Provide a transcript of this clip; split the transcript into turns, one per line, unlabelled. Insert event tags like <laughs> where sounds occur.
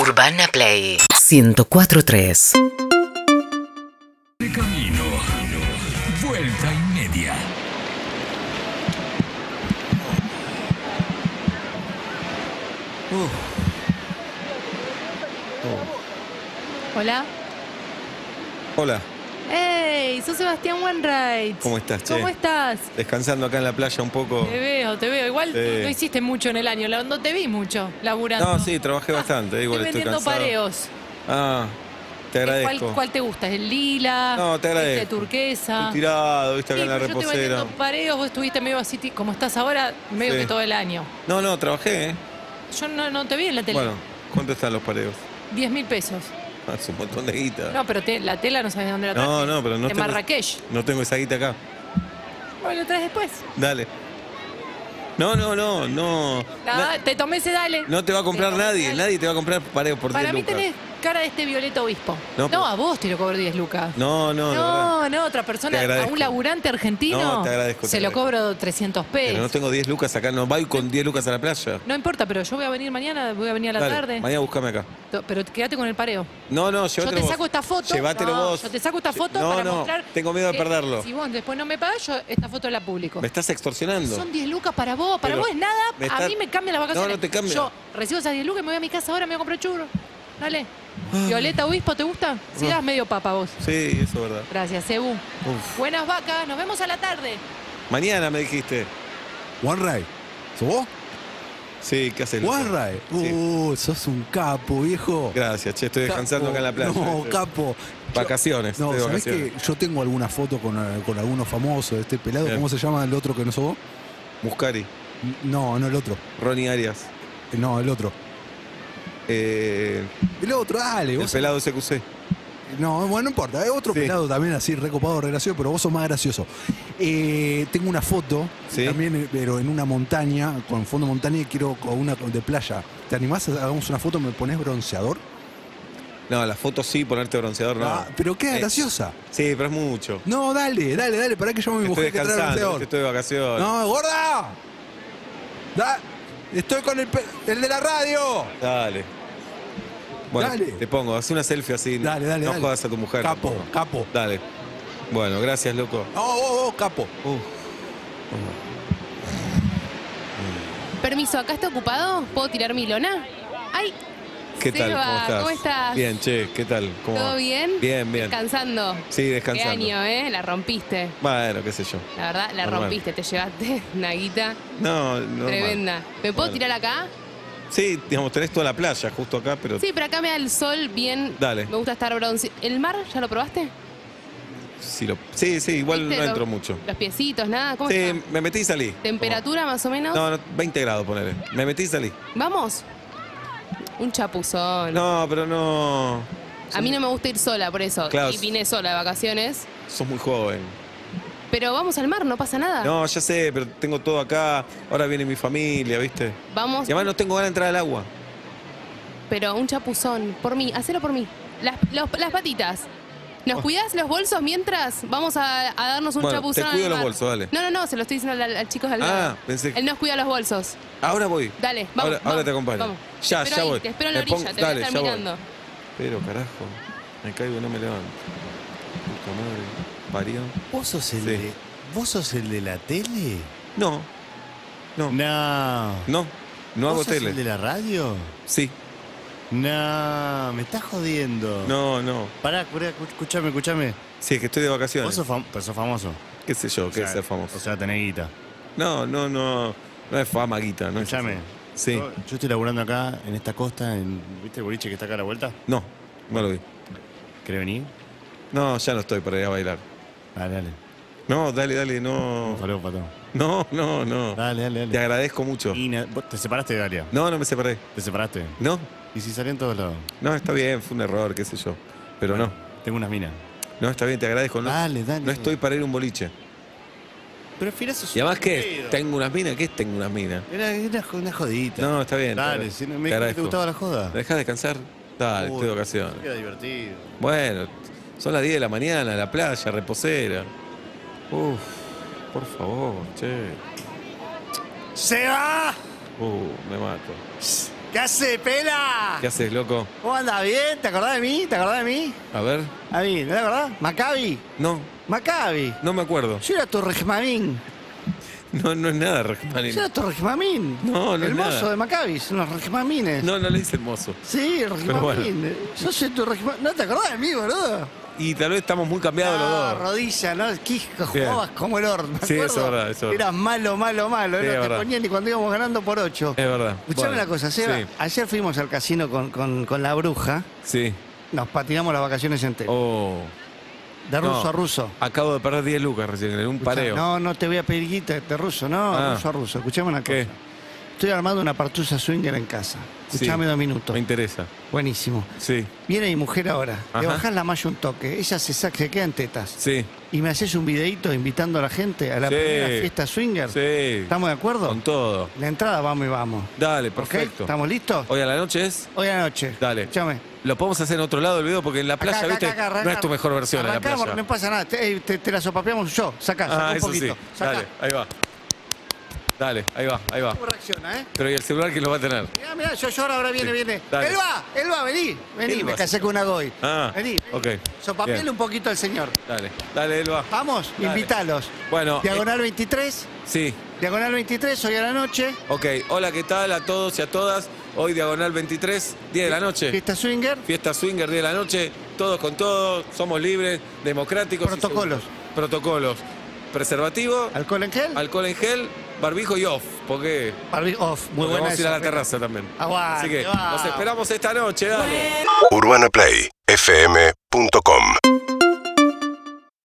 Urbana Play 1043.
De camino. Vuelta y media.
Hola.
Hola,
¡Hey! Soy Sebastián Wainwright.
¿Cómo estás, che?
¿Cómo estás?
descansando acá en la playa un poco.
Te veo, te veo. Igual tú
Sí.
no hiciste mucho en el año, la- no te vi mucho laburando. Ah,
No, sí, trabajé bastante, igual
estoy
estoy
vendiendo
cansado.
pareos.
Ah, te agradezco.
¿Cuál, cuál te gusta? ¿El lila?
No, te agradezco.
¿Este turquesa?
Estoy tirado,
Sí,
viste acá en la
pero yo estoy
reposera.
vendiendo pareos, vos estuviste medio así, ti- como estás ahora, medio
Sí.
que todo el año.
No, no, trabajé, ¿eh?
Yo no, no te vi en la tele.
Bueno, ¿cuánto están los pareos? <laughs>
10 mil pesos.
Ah, es un montón de guita.
No, pero te- la tela no sabes dónde la traes.
No, no, pero no
En
tengo.
Marrakech.
No tengo esa guita acá.
Bueno, la traes después.
Dale. No, no, no, no.
Nada,
Na-
te tomé ese dale.
no te va a comprar
Te tomé ese
nadie,
dale.
nadie te va a comprar pareos por 10
Para mí
lucas.
tenés cara de este Violeta Obispo. No,
No, pero-
a vos te lo cobro 10 lucas.
No, no, de verdad.
no, no, otra persona,
Te
a
agradezco.
un laburante argentino,
No, te agradezco, te
se lo
agradezco.
cobro 300 pesos.
Pero no tengo 10 lucas acá, no voy con 10 lucas a la playa.
No importa, pero yo voy a venir mañana, voy a venir a la
Dale,
tarde.
Mañana buscame acá.
To- Pero quédate con el pareo.
No, no,
Yo
llévatelo
te
vos.
saco esta foto.
Llévatelo
No,
vos.
Yo te saco esta
Lle-
foto
no,
para
no,
mostrar.
Tengo miedo de
que
perderlo.
Si vos después no me pagas, yo esta foto la publico.
Me estás extorsionando.
Son 10 lucas para vos, para
Pero
vos es nada,
me
a
está-
mí me cambia las vacaciones.
No, no te cambia.
Yo recibo esas 10 lucas y me voy a mi casa ahora, me voy a comprar churro. Dale.
Ah.
Violeta Obispo, ¿te gusta? Si
No.
das medio papa vos.
Sí, eso es verdad.
Gracias, Ebu.
Uf.
Buenas vacas, nos vemos a la tarde.
Mañana me dijiste.
One Ray. ¿Sos vos?
Sí, ¿qué haces?
One
loco?
Ray.
Sí.
Uh, sos un capo, viejo.
Gracias, che, estoy descansando
Capo.
acá en la playa.
No,
Estoy-
capo.
Vacaciones,
No,
estoy de
¿sabés que
vacaciones.
yo tengo alguna foto con, eh, con algunos famosos de este pelado?
Bien.
¿Cómo se llama el otro que no sos vos?
Muscari,
No, no el otro.
Ronnie Arias,
No, el otro.
eh,
El otro, dale.
el
Vos...
pelado CQC.
No, bueno, no importa. Hay otro
Sí.
pelado también así, recopado, re gracioso, pero vos sos más gracioso. Eh, tengo una foto
Sí.
también, eh, pero en una montaña, con fondo de montaña y quiero con una de playa. ¿Te animás? a- Hagamos una foto, me pones bronceador.
No, la foto sí, ponerte bronceador no.
Ah, pero queda
Eh,
graciosa.
Sí, pero es mucho.
No, dale, dale, dale, pará que llamo a mi
Estoy
mujer que trae
descansando,
bronceador.
estoy de vacaciones.
No, gorda. Da- estoy con el, pe- el de la radio.
Dale. Bueno,
Dale.
te pongo, haz una selfie así.
Dale, dale,
No
dale.
jodas a tu mujer.
Capo,
tampoco.
capo.
Dale. Bueno, gracias, loco.
No, vos, vos, capo.
Uf.
Permiso, ¿acá está ocupado? ¿Puedo tirar mi lona? Ay,
¿Qué tal?
Seba,
¿Cómo estás?
¿cómo estás?
Bien, che, ¿qué tal? ¿Cómo
¿todo
va?
bien?
Bien, bien.
Descansando.
Sí,
Qué
descansando.
año, ¿eh? La rompiste.
Bueno, qué sé yo.
La verdad, la
Normal.
rompiste. Te llevaste <laughs> una guita
No, no.
tremenda. ¿Me puedo
Bueno.
tirar acá?
Sí, digamos, tenés toda la playa justo acá, pero
Sí, pero acá me da el sol bien.
Dale.
Me gusta estar bronce. ¿El mar ya lo probaste?
sí, lo- sí, sí, igual
¿Viste
no
lo-
entro mucho.
Los piecitos, nada. ¿Cómo
Sí,
está?
me metí y salí.
¿Temperatura más o menos?
No, no, 20 grados ponele. Me metí y salí.
Vamos. Un chapuzón.
No, pero no.
A mí no me gusta ir sola, por eso.
Claro.
Y vine sola de vacaciones.
Sos muy joven.
Pero vamos al mar, no pasa nada.
No, ya sé, pero tengo todo acá. Ahora viene mi familia, ¿viste? Y
Vamos.
además no tengo ganas de entrar al agua.
Pero un chapuzón, por mí, hacelo por mí. Las, los- las patitas. ¿Nos cuidás los bolsos mientras vamos a, a darnos un
Oh. Bueno, te
chapuzón? al
cuido los
mar?
bolsos, dale.
No, no, no, se lo estoy diciendo al, al chico del
Ah,
lado.
pensé que-
Él nos cuida los bolsos.
Ahora voy.
Dale, vamos.
ahora, ahora
vamos,
te acompaño.
vamos.
Ya,
Te espero
ya
ahí,
voy.
Te espero en la
Me
orilla,
pongo-
te voy a
dale,
estar
ya voy.
mirando.
Pero carajo, me caigo y no me levanto. Puta madre, parió.
¿Vos sos el,
Sí.
de, ¿vos sos el de la tele?
No, no, no,
No.
no, hago
¿Vos sos
tele.
el de la radio?
Sí,
No, me estás jodiendo.
no, no.
Pará, pará, escu- escuchame, escuchame.
Sí, es que estoy de
Vos
vacaciones.
sos, fam- pero sos famoso.
¿Qué sé yo? ¿Qué
O
es
sea,
ser famoso?
O sea, tenés guita.
no, no, no. No es fama, guita, ¿no? es
Escuchame.
eso. Sí,
Yo, yo estoy laburando acá, en esta costa, en, ¿viste el boliche que está acá a la vuelta?
no, no lo vi.
¿Querés venir?
No, ya no estoy para ir a bailar.
Dale, dale.
No, dale, dale, no.
Un saludo para todos.
No, no, no.
Dale, dale,
Te
dale.
agradezco mucho.
Y na- vos te separaste de Dalia.
No, no me separé.
Te separaste.
No,
Y si salí en todos lados.
no, está bien, fue un error, qué sé yo. Pero no,
Tengo unas minas.
no, está bien, te agradezco. No,
Dale, dale.
no estoy para ir a un boliche.
Pero al final sos
Y además que
aburrido.
tengo unas minas, ¿qué es tengo unas minas?
Era, era jo- una jodita.
No, está bien.
Dale,
te-
si no,
te
me dijo que te
agradezco.
gustaba la joda.
¿Me dejas descansar? Dale,
Uy,
estoy de vacaciones.
Era divertido.
Bueno, son las 10 de la mañana, la playa, reposera. Uf, por favor, che.
¡Se va!
Uh, me mato.
¿Qué hace, pela?
Ah.
¿Qué haces, loco?
¿Cómo andás? ¿Bien? ¿Te acordás de mí? ¿Te acordás de mí?
A ver.
A mí, ¿no te acordás? Maccabi.
No,
Maccabi.
no me acuerdo. <laughs>
Yo era tu regmamín.
No, no es nada, Rajmani.
Yo era tu regmamín.
No, no es
El mozo
nada.
de Maccabi, son los regmamines.
No, no le hice hermoso.
Sí, el
Pero bueno.
regmamín. Yo soy tu regmamín. ¿No te acordás de mí, boludo?
Y tal vez estamos muy cambiados los
Ah,
dos.
rodilla, ¿no? Quisco, jugabas como el horno. ¿me
Sí, eso es
acuerdo?
verdad, eso es
Eras malo, malo, malo.
Sí,
no
es
te
verdad.
ponían ni cuando íbamos ganando por ocho.
Es verdad.
Escuchame
Bueno,
una cosa, Seba.
Sí,
Ayer fuimos al casino con, con- con la bruja.
sí.
Nos patinamos las vacaciones enteras.
Oh,
de ruso
no.
a ruso.
acabo de perder 10 lucas recién en un
Escuchá,
pareo.
No, no te voy a pedir guita de ruso, no,
Ah.
ruso a ruso. Escuchame una cosa.
¿Qué?
Estoy armando una partusa swinger en casa. Escuchame
Sí.
dos minutos.
Me interesa.
Buenísimo.
Sí,
Viene mi mujer ahora. Le
Ajá.
bajás la malla un toque. Ella se, saca, se queda en tetas.
sí,
Y me haces un videíto invitando a la gente a la
Sí.
primera fiesta swinger.
sí.
¿Estamos de acuerdo?
Con todo.
La entrada vamos y vamos.
Dale,
¿Ok?
perfecto.
¿Estamos listos?
Hoy a la noche es.
Hoy a la noche.
Dale.
Escúchame.
Lo podemos hacer en otro lado del video porque en la playa,
Acá, acá,
viste,
acá, acá,
no
arranca-
es tu mejor versión en la
arrancamos,
playa.
No pasa nada. Te, eh, te- te la sopapeamos yo. Sacá, sacá
ah,
un
eso sí.
poquito. Sacá.
Dale, ahí va. Dale, ahí va, ahí va.
¿Cómo reacciona, eh?
Pero ¿y el celular quién lo va a tener?
Mirá, mirá, yo, yo ahora, ahora viene,
Sí,
viene.
dale.
Elba, Elba, vení. Vení,
Elba,
me casé con una goy.
Ah,
vení.
ok, bien.
Sopapeale un poquito al señor.
Dale, dale, Elba.
Vamos,
Dale.
invítalos.
Bueno, eh,
Diagonal 23,
Sí,
diagonal 23, hoy a la noche.
ok. Hola, ¿qué tal a todos y a todas? Hoy Diagonal 23, 10 de la noche.
Fiesta swinger.
Fiesta Swinger, 10 de la noche. Todos con todos, somos libres, democráticos. y
Protocolos.
seguros. Protocolos. Preservativo,
Alcohol en gel.
alcohol en gel, barbijo y off, porque
Barbi- off. Muy
porque
buena
vamos a ir a
esa,
la
mira.
terraza también.
Aguante,
Así que
vamos.
nos esperamos esta noche, dale.
UrbanaPlayFM.com